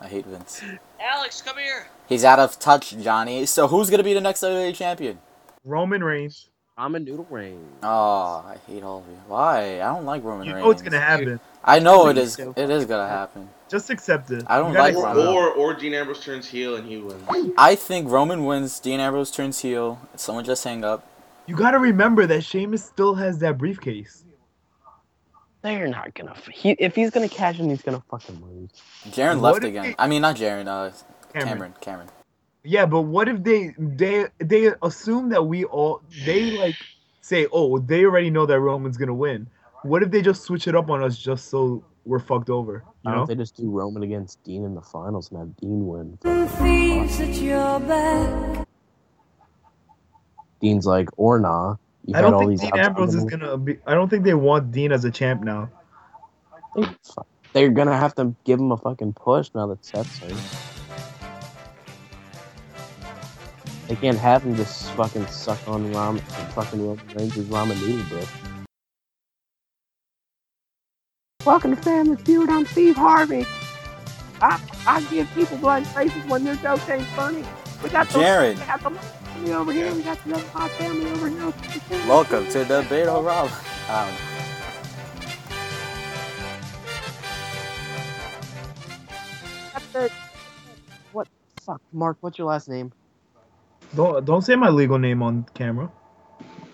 S1: I hate Vince.
S7: Alex, come here.
S1: He's out of touch, Johnny. So who's gonna be the next WWE champion?
S2: Roman Reigns.
S6: Roman Noodle Reigns.
S1: Oh, I hate all of you. Why? I don't like Roman
S2: You
S1: Reigns.
S2: know it's gonna happen.
S1: I know it
S2: You're
S1: is.
S2: so
S1: It is gonna happen.
S2: Just accept it.
S1: I don't
S2: You gotta
S1: like
S2: accept
S1: Roman.
S2: it.
S5: Or or Dean Ambrose turns heel and he wins.
S1: I think Roman wins. Dean Ambrose turns heel. Someone just hang up.
S2: You gotta remember that Sheamus still has that briefcase.
S6: They're not gonna. f- He, if he's gonna cash in, he's gonna fucking lose.
S1: Jaren
S2: What
S1: left
S2: if
S1: again.
S2: they-
S1: I mean, not Jaren. Uh,
S2: Cameron.
S1: Cameron. Cameron.
S2: Yeah, but what if they they they assume that we all they like say, oh, they already know that Roman's gonna win. What if they just switch it up on us just so we're fucked over? You
S6: Why
S2: know?
S6: don't they just do Roman against Dean in the finals and have Dean win?
S12: Thieves at your back.
S6: Dean's like, or nah. You
S2: I
S6: had
S2: don't
S6: all
S2: think
S6: these
S2: Dean
S6: abs-
S2: Ambrose is gonna be. I don't think they want Dean as a champ now.
S6: They're gonna have to give him a fucking push now that Seth's hurt. They can't have him just fucking suck on ramen, fucking Roman Reigns' ramen noodle dick.
S4: Welcome to Family Feud. I'm Steve Harvey. I, I give people blank faces when their jokes ain't funny. We got the,
S1: Jared.
S4: We got the family over here. We got the other hot family over here.
S1: Welcome to the Beto Rob. Um,
S4: Got the-
S6: What? Fuck, Mark, what's your last name?
S2: Don't don't say my legal name on camera.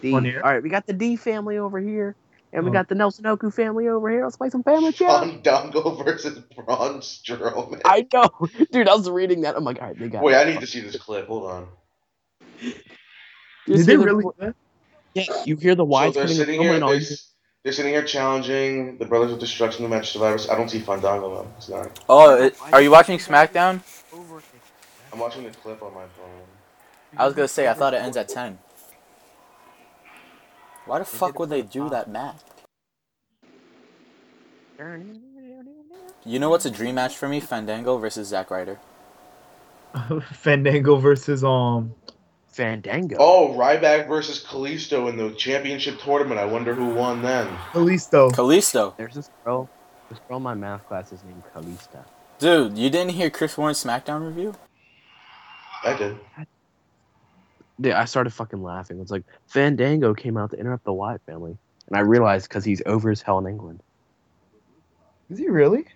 S6: D.
S2: On air.
S6: All right, we got the D family over here, and we
S2: Oh.
S6: got the Nelson Oku family over here. Let's play some family chat.
S5: Fandango versus Braun Strowman.
S6: I know, dude. I was reading that. I'm like, all right, they got.
S5: Wait,
S6: it.
S5: I need to see this clip. Hold on.
S6: You
S2: Did
S6: see
S2: they
S6: the-
S2: really?
S6: Yeah, you hear the
S5: So
S6: wise
S5: they're
S6: putting a
S5: sitting
S6: thumb
S5: here.
S6: in all
S5: They're,
S6: you-
S5: s- they're sitting here challenging the Brothers of Destruction to match Survivors. I don't see Fandango though. It's not.
S1: oh, it- are you watching SmackDown?
S5: I'm watching the clip on my phone.
S1: I was gonna say I thought it ends at ten. Why the fuck would they do that match? You know what's a dream match for me? Fandango versus Zack Ryder.
S2: Fandango versus um.
S6: Fandango.
S5: Oh, Ryback versus Kalisto in the championship tournament. I wonder who won then.
S2: Kalisto.
S1: Kalisto.
S6: There's this girl. This girl in my math class is named Kalista.
S1: Dude, you didn't hear Chris Warren's SmackDown review?
S5: I did.
S6: Dude, I started fucking laughing. It's like Fandango came out to interrupt the Wyatt family, and I realized because he's over as hell in England.
S2: Is he really?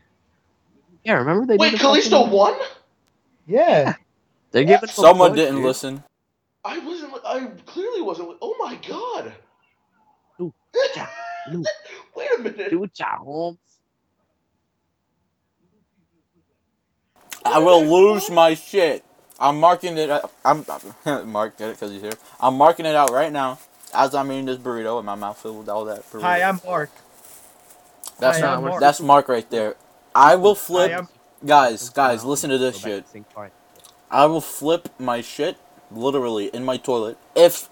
S6: Yeah, remember they
S5: Wait,
S6: did the fucking-
S5: Kalisto won?
S2: Yeah.
S6: They gave it
S1: Someone didn't listen.
S5: I wasn't. I clearly wasn't. Oh my god.
S6: Dude, dude.
S5: Wait a minute.
S6: Dude, John Holmes.
S1: I will lose my shit. I'm marking it. up- I'm Mark did it because he's here. I'm marking it out right now as I'm eating this burrito and my mouth filled with all that burrito.
S2: Hi, I'm Mark.
S1: That's
S2: Hi, I'm Mark.
S1: that's Mark right there. I will flip.
S11: I am-
S1: guys, guys, listen to this
S11: Go back
S1: shit.
S11: to sync part.
S1: I will flip my shit literally in my toilet if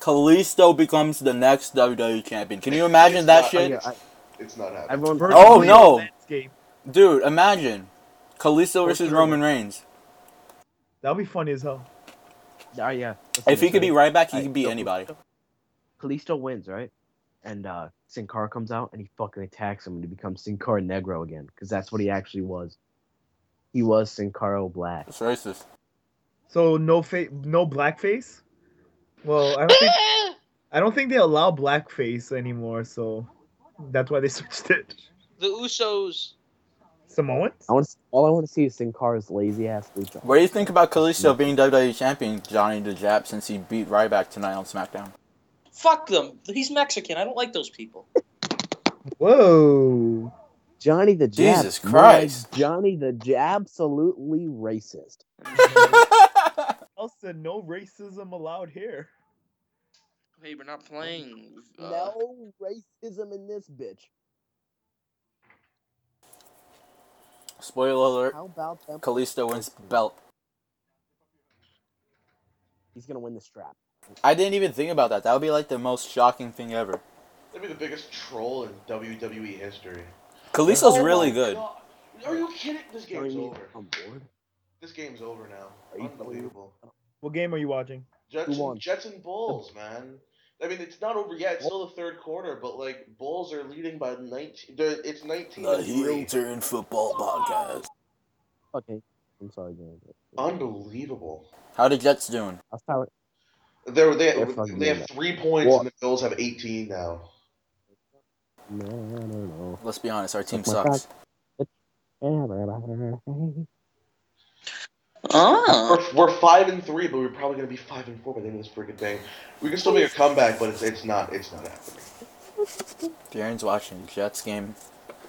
S1: Callisto becomes the next WWE champion. Can you imagine that
S6: Oh,
S1: shit?
S5: It's not happening.
S6: Everyone,
S1: Oh no, dude! Imagine Kalisto versus Roman Reigns.
S2: That'll be funny as hell.
S6: Ah, yeah.
S1: If he could be right back, he could be
S6: be
S1: anybody.
S6: Kalisto wins, right? And uh, Sin Cara comes out and he fucking attacks him and he becomes Sin Cara Negro again because that's what he actually was. He was Sin Cara Black.
S1: That's racist.
S2: So no fa- no blackface. Well, I don't think I don't think they allow blackface anymore, so that's why they switched it.
S7: The Usos.
S2: Samoan.
S6: I want all I want to see is Sin Cara's lazy ass lucha.
S1: What do you think about Kalisto being WWE champion, Johnny the Jap, since he beat Ryback tonight on SmackDown?
S7: Fuck them. He's Mexican. I don't like those people.
S2: Whoa.
S6: Johnny the Jab.
S1: Jesus
S6: more like
S1: Christ.
S6: Johnny the Jab, absolutely racist.
S2: Mm-hmm. Also, no racism allowed here.
S7: Hey, we're not playing. uh,
S6: No racism in this bitch.
S1: Spoiler alert:
S6: How about them?
S1: Kalisto wins belt.
S6: He's gonna win the strap.
S1: I didn't even think about that. That would be like the most shocking thing ever.
S5: That'd be the biggest troll in WWE history.
S1: Kalisto's
S5: Oh my
S1: really good.
S5: God. Are you kidding? This game's
S6: Johnny
S5: over.
S6: on board.
S5: This game's over now. Unbelievable.
S2: What game are you watching?
S5: Jets,
S2: won?
S5: and, Jets and Bulls, man. I mean, it's not over yet. It's still the third quarter, but like Bulls are leading by 19. they're- It's 19 to three.
S1: Turn Football Podcast.
S6: Okay, I'm sorry, Johnny.
S5: Unbelievable.
S1: How the Jets doing?
S6: I was tired.
S5: They're, they
S6: They're fucking
S5: they have
S6: doing
S5: three points,
S6: What?
S5: and the Bills have 18 now.
S6: No, no, no, no.
S1: Let's be honest, our team
S6: my God.
S1: sucks. Uh-huh.
S7: Oh.
S5: We're, we're five and three, but we're probably gonna be five and four by the end of this freaking thing. We can still make a comeback, but it's it's not it's not happening.
S1: Darren's watching the Jets game.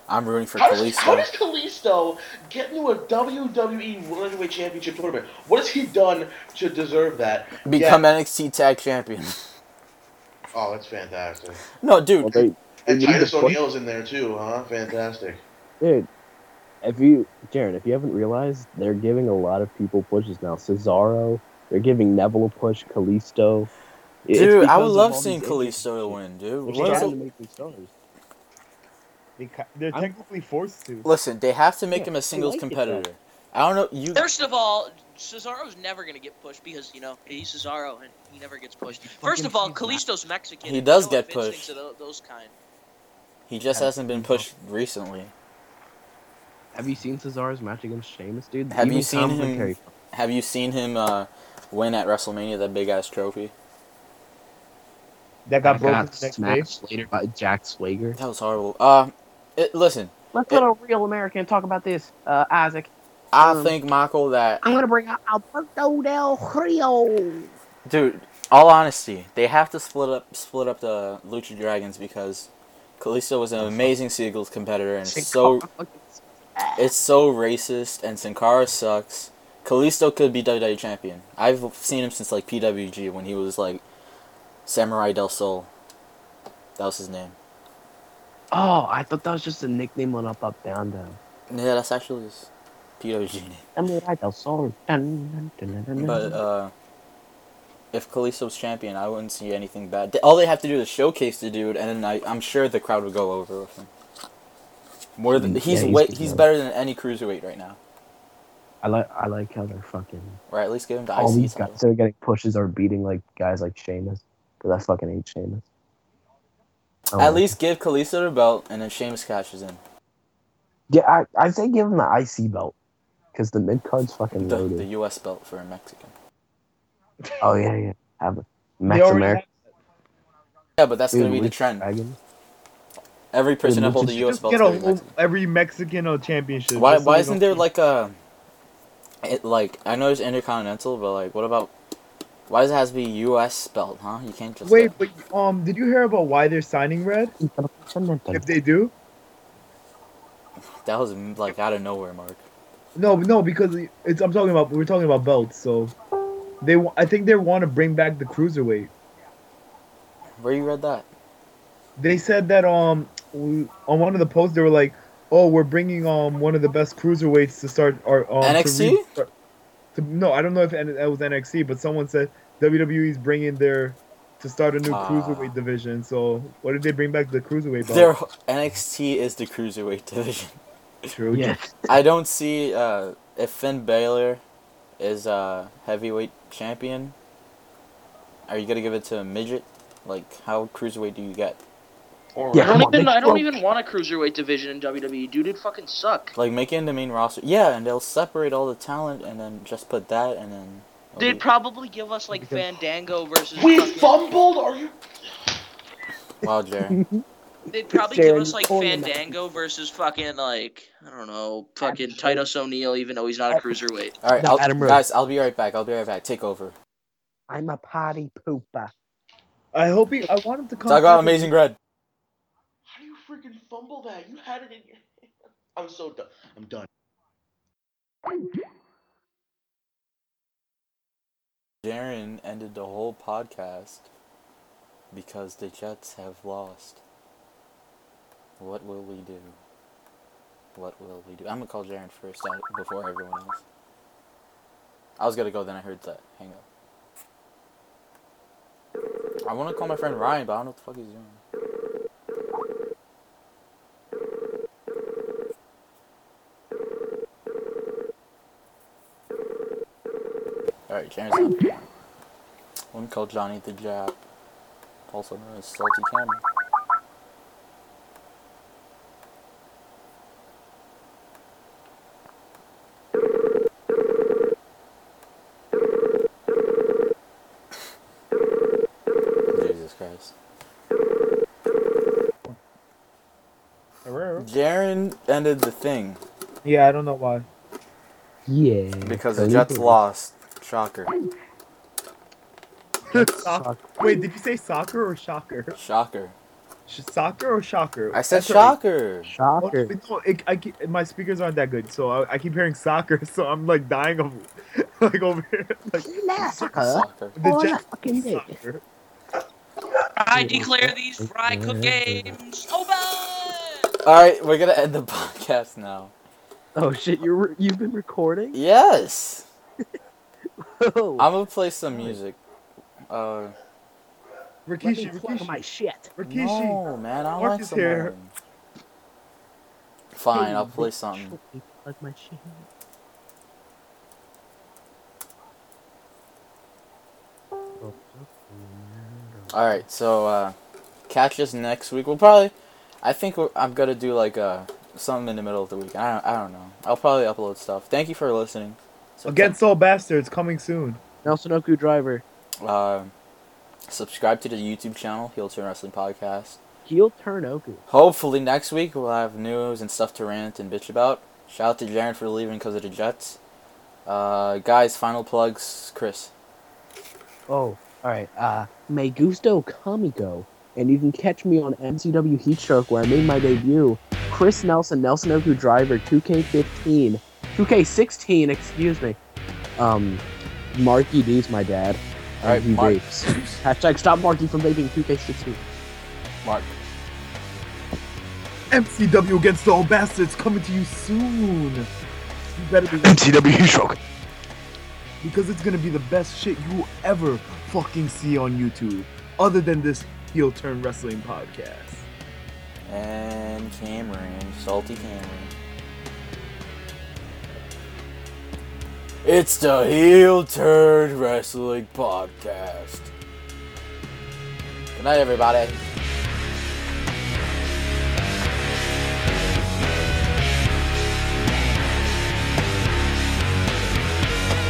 S1: I'm rooting for
S5: How does, how
S1: Kalisto.
S5: does Kalisto get into a WWE World Heavyweight Championship tournament? What has he done to deserve that?
S1: Become NXT Tag Champion.
S5: Yeah. Oh, that's fantastic.
S1: no, dude.
S5: And
S6: You need
S5: Titus
S6: to put-
S5: O'Neil's in there too, huh? Fantastic.
S6: Dude, if you, Jared, if you haven't realized, they're giving a lot of people pushes now. Cesaro, they're giving Neville a push, Kalisto. It- it's
S1: Dude, I would
S6: because of
S1: love
S6: all
S1: seeing
S6: these
S1: Kalisto to win, dude.
S6: agents.
S1: What
S6: They're
S1: is
S6: trying
S1: it-
S6: to make them stars.
S2: They ca- they're technically forced to.
S1: Listen, they have to make
S6: Yeah,
S1: him a singles
S6: like it, though.
S1: competitor. I don't know. You
S7: First of all, Cesaro's never gonna get pushed because you know he's Cesaro and he never gets pushed. First of all, Kalisto's Mexican.
S1: He
S7: and
S1: does
S7: you know
S1: get
S7: what Vince
S1: pushed.
S7: thinks of tho- those kind.
S1: he just hasn't been pushed recently.
S6: Have you seen Cesaro's match against Sheamus, dude?
S1: Have
S6: Even
S1: you seen
S6: commentary-
S1: him? Have you seen him uh, win at WrestleMania that big ass trophy?
S2: That
S6: I
S2: got broken
S6: got
S2: the next day.
S6: smacked later by Jack Swagger.
S1: That was horrible. Uh, it, listen,
S4: Let's go to a real American and talk about this, uh, Isaac.
S1: I
S4: Um,
S1: think Michael that
S4: I'm gonna bring out Alberto Del Rio.
S1: Dude, all honesty, they have to split up split up the Lucha Dragons because Kalisto was an amazing singles competitor and it's so it's so racist and Sin Cara sucks. Kalisto could be WWE champion. I've seen him since like PWG when he was like Samurai del Sol. That was his name.
S6: Oh, I thought that was just a nickname on Up Up Down Down.
S1: Yeah, that's actually his PWG name.
S6: Samurai del Sol. Dun, dun, dun, dun, dun.
S1: But uh, if Kalisto's champion, I wouldn't see anything bad. All they have to do is showcase the dude, and then I, I'm sure the crowd would go over with him. More than
S6: Yeah,
S1: he's
S6: he's
S1: way,
S6: good,
S1: he's
S6: man.
S1: better than any cruiserweight right now,
S6: I like I like how they're fucking
S1: or at least give him the
S6: all
S1: IC
S6: these
S1: title.
S6: guys that are getting pushes are beating like guys like Sheamus because I fucking hate Sheamus. I
S1: At
S6: don't know.
S1: least give Kalisto the belt, and then Sheamus cashes in.
S6: yeah, I I say give him the IC belt because the mid card's fucking
S1: The, the
S6: loaded.
S1: U.S. belt for a Mexican.
S6: Oh yeah, yeah. Have
S2: They
S6: Mex
S2: already
S6: America.
S2: have-
S1: Yeah, but that's
S6: Dude,
S1: gonna be the
S6: Lucha
S1: trend.
S6: Dragons.
S1: Every person
S6: Dude,
S1: that holds
S6: Lucha-
S1: the U.S.
S2: Just
S1: belt.
S2: get a whole every Mexican a championship.
S1: Why
S2: just so
S1: why
S2: they
S1: isn't
S2: don't-
S1: there like a, it, like I know it's intercontinental, but like what about? Why does it have to be U.S. belt? Huh? You can't just
S2: Wait,
S1: get-
S2: but um, did you hear about why they're signing Red? If they do,
S1: That was mm, like out of nowhere, Mark.
S2: no, no, because it's I'm talking about we're talking about belts, so they wa- I think they want to bring back the cruiserweight.
S1: Where you read that?
S2: They said that um on one of the posts they were like, oh, we're bringing um one of the best cruiserweights to start our um,
S1: NXT?
S2: To restart- to- no, I don't know if N- that was NXT, but someone said WWE's bringing their to start a new
S1: Ah.
S2: cruiserweight division. So what did they bring back the cruiserweight? belt?
S1: Their NXT is the cruiserweight division.
S2: True. Yes.
S1: I don't see uh, if Finn Balor is uh, heavyweight champion. Are you gonna give it to a midget? Like how cruiserweight do you get?
S13: Or I don't even I don't even want a cruiserweight division in WWE. Dude, it fucking suck.
S1: Like make it in the main roster. Yeah, and they'll separate all the talent and then just put that and then. Oh.
S7: They'd probably give us like Fandango versus.
S5: We
S7: fucking-
S5: fumbled. Are you?
S1: Wow, Jerry.
S7: They'd probably give
S1: Jared,
S7: us like
S1: you're pulling them out.
S7: Fandango versus fucking like I don't know, fucking Titus O'Neil, even though he's not a cruiserweight.
S1: all right,
S6: No,
S1: I'll,
S6: Adam Rose.
S1: guys, I'll be right back. I'll be right back. Take over.
S6: I'm a potty pooper.
S2: I hope he. I want him to come.
S1: Talk about
S2: back.
S1: amazing red.
S5: How do you freaking fumble that? You had it in your. I'm so done. I'm done.
S1: Darren ended the whole podcast because the Jets have lost. What will we do? What will we do? I'm gonna call Jaren first uh, before everyone else. I was gonna go, then I heard that. Hang up. I wanna call my friend Ryan, but I don't know what the fuck he's doing. Alright, Jaren's on. One called Johnny the Jap, also known as Salty Cameron. Jesus Christ. Jaren ended the thing
S2: Yeah, I don't know why.
S6: Yeah.
S1: because the
S6: Tony
S1: Jets
S6: Pooper.
S1: lost. Shocker.
S2: Sock- Wait, did you say soccer or shocker?
S1: Shocker.
S2: Sh- soccer or shocker?
S1: I said
S2: That's all right.
S1: shocker.
S2: Oh,
S6: Shocker.
S2: but no, it- I keep- my speakers aren't that good, so I, I keep hearing soccer, so I'm like dying of like over here. Like,
S1: Soccer.
S2: The
S6: Oh,
S2: Jets
S6: that fucking dick.
S2: soccer.
S7: I declare these fry cook games over.
S1: Alright, we're gonna end the podcast now.
S6: Oh shit, you're re- you've been recording?
S1: Yes!
S6: Oh.
S1: I'm gonna play some music. Uh,
S2: Rikishi, Rikishi.
S6: my shit.
S2: Rikishi.
S1: no, man, I don't
S2: Mark
S1: like
S2: is
S1: some of
S2: here.
S1: them. Fine, I'll play
S6: Rikishi.
S1: something.
S6: Plug my shit.
S1: Alright, so, uh, catch us next week. We'll probably, I think we're, I'm gonna do like, uh, something in the middle of the week. I don't, I don't know. I'll probably upload stuff. Thank you for listening. So,
S2: Against all bastards, coming soon.
S6: Nelson Oku Driver.
S1: Uh, subscribe to the YouTube channel, Heel Turn Wrestling Podcast.
S6: Heel turn Oku.
S1: Hopefully next week we'll have news and stuff to rant and bitch about. Shout out to Jaren for leaving because of the Jets. Uh, guys, final plugs, Chris.
S6: Oh, alright. Uh, me gusto comico. And you can catch me on MCW Heatstroke where I made my debut. Chris Nelson, Nelson Oku Driver, 2K15. 2K16, excuse me. Um, Marky D's my dad. and
S1: Alright,
S6: he
S1: Mark.
S6: vapes. Hashtag stop Marky from vaping 2K16.
S1: Mark.
S2: MCW against all bastards coming to you soon. You better be MCW stroke. Because it's gonna be the best shit you ever fucking see on YouTube, other than this heel turn wrestling podcast.
S1: And Cameron, Salty Cameron. It's the Heel Turn Wrestling Podcast. Good night, everybody.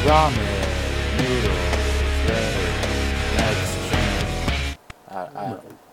S1: Ramen, noodles, ready, next. I, I,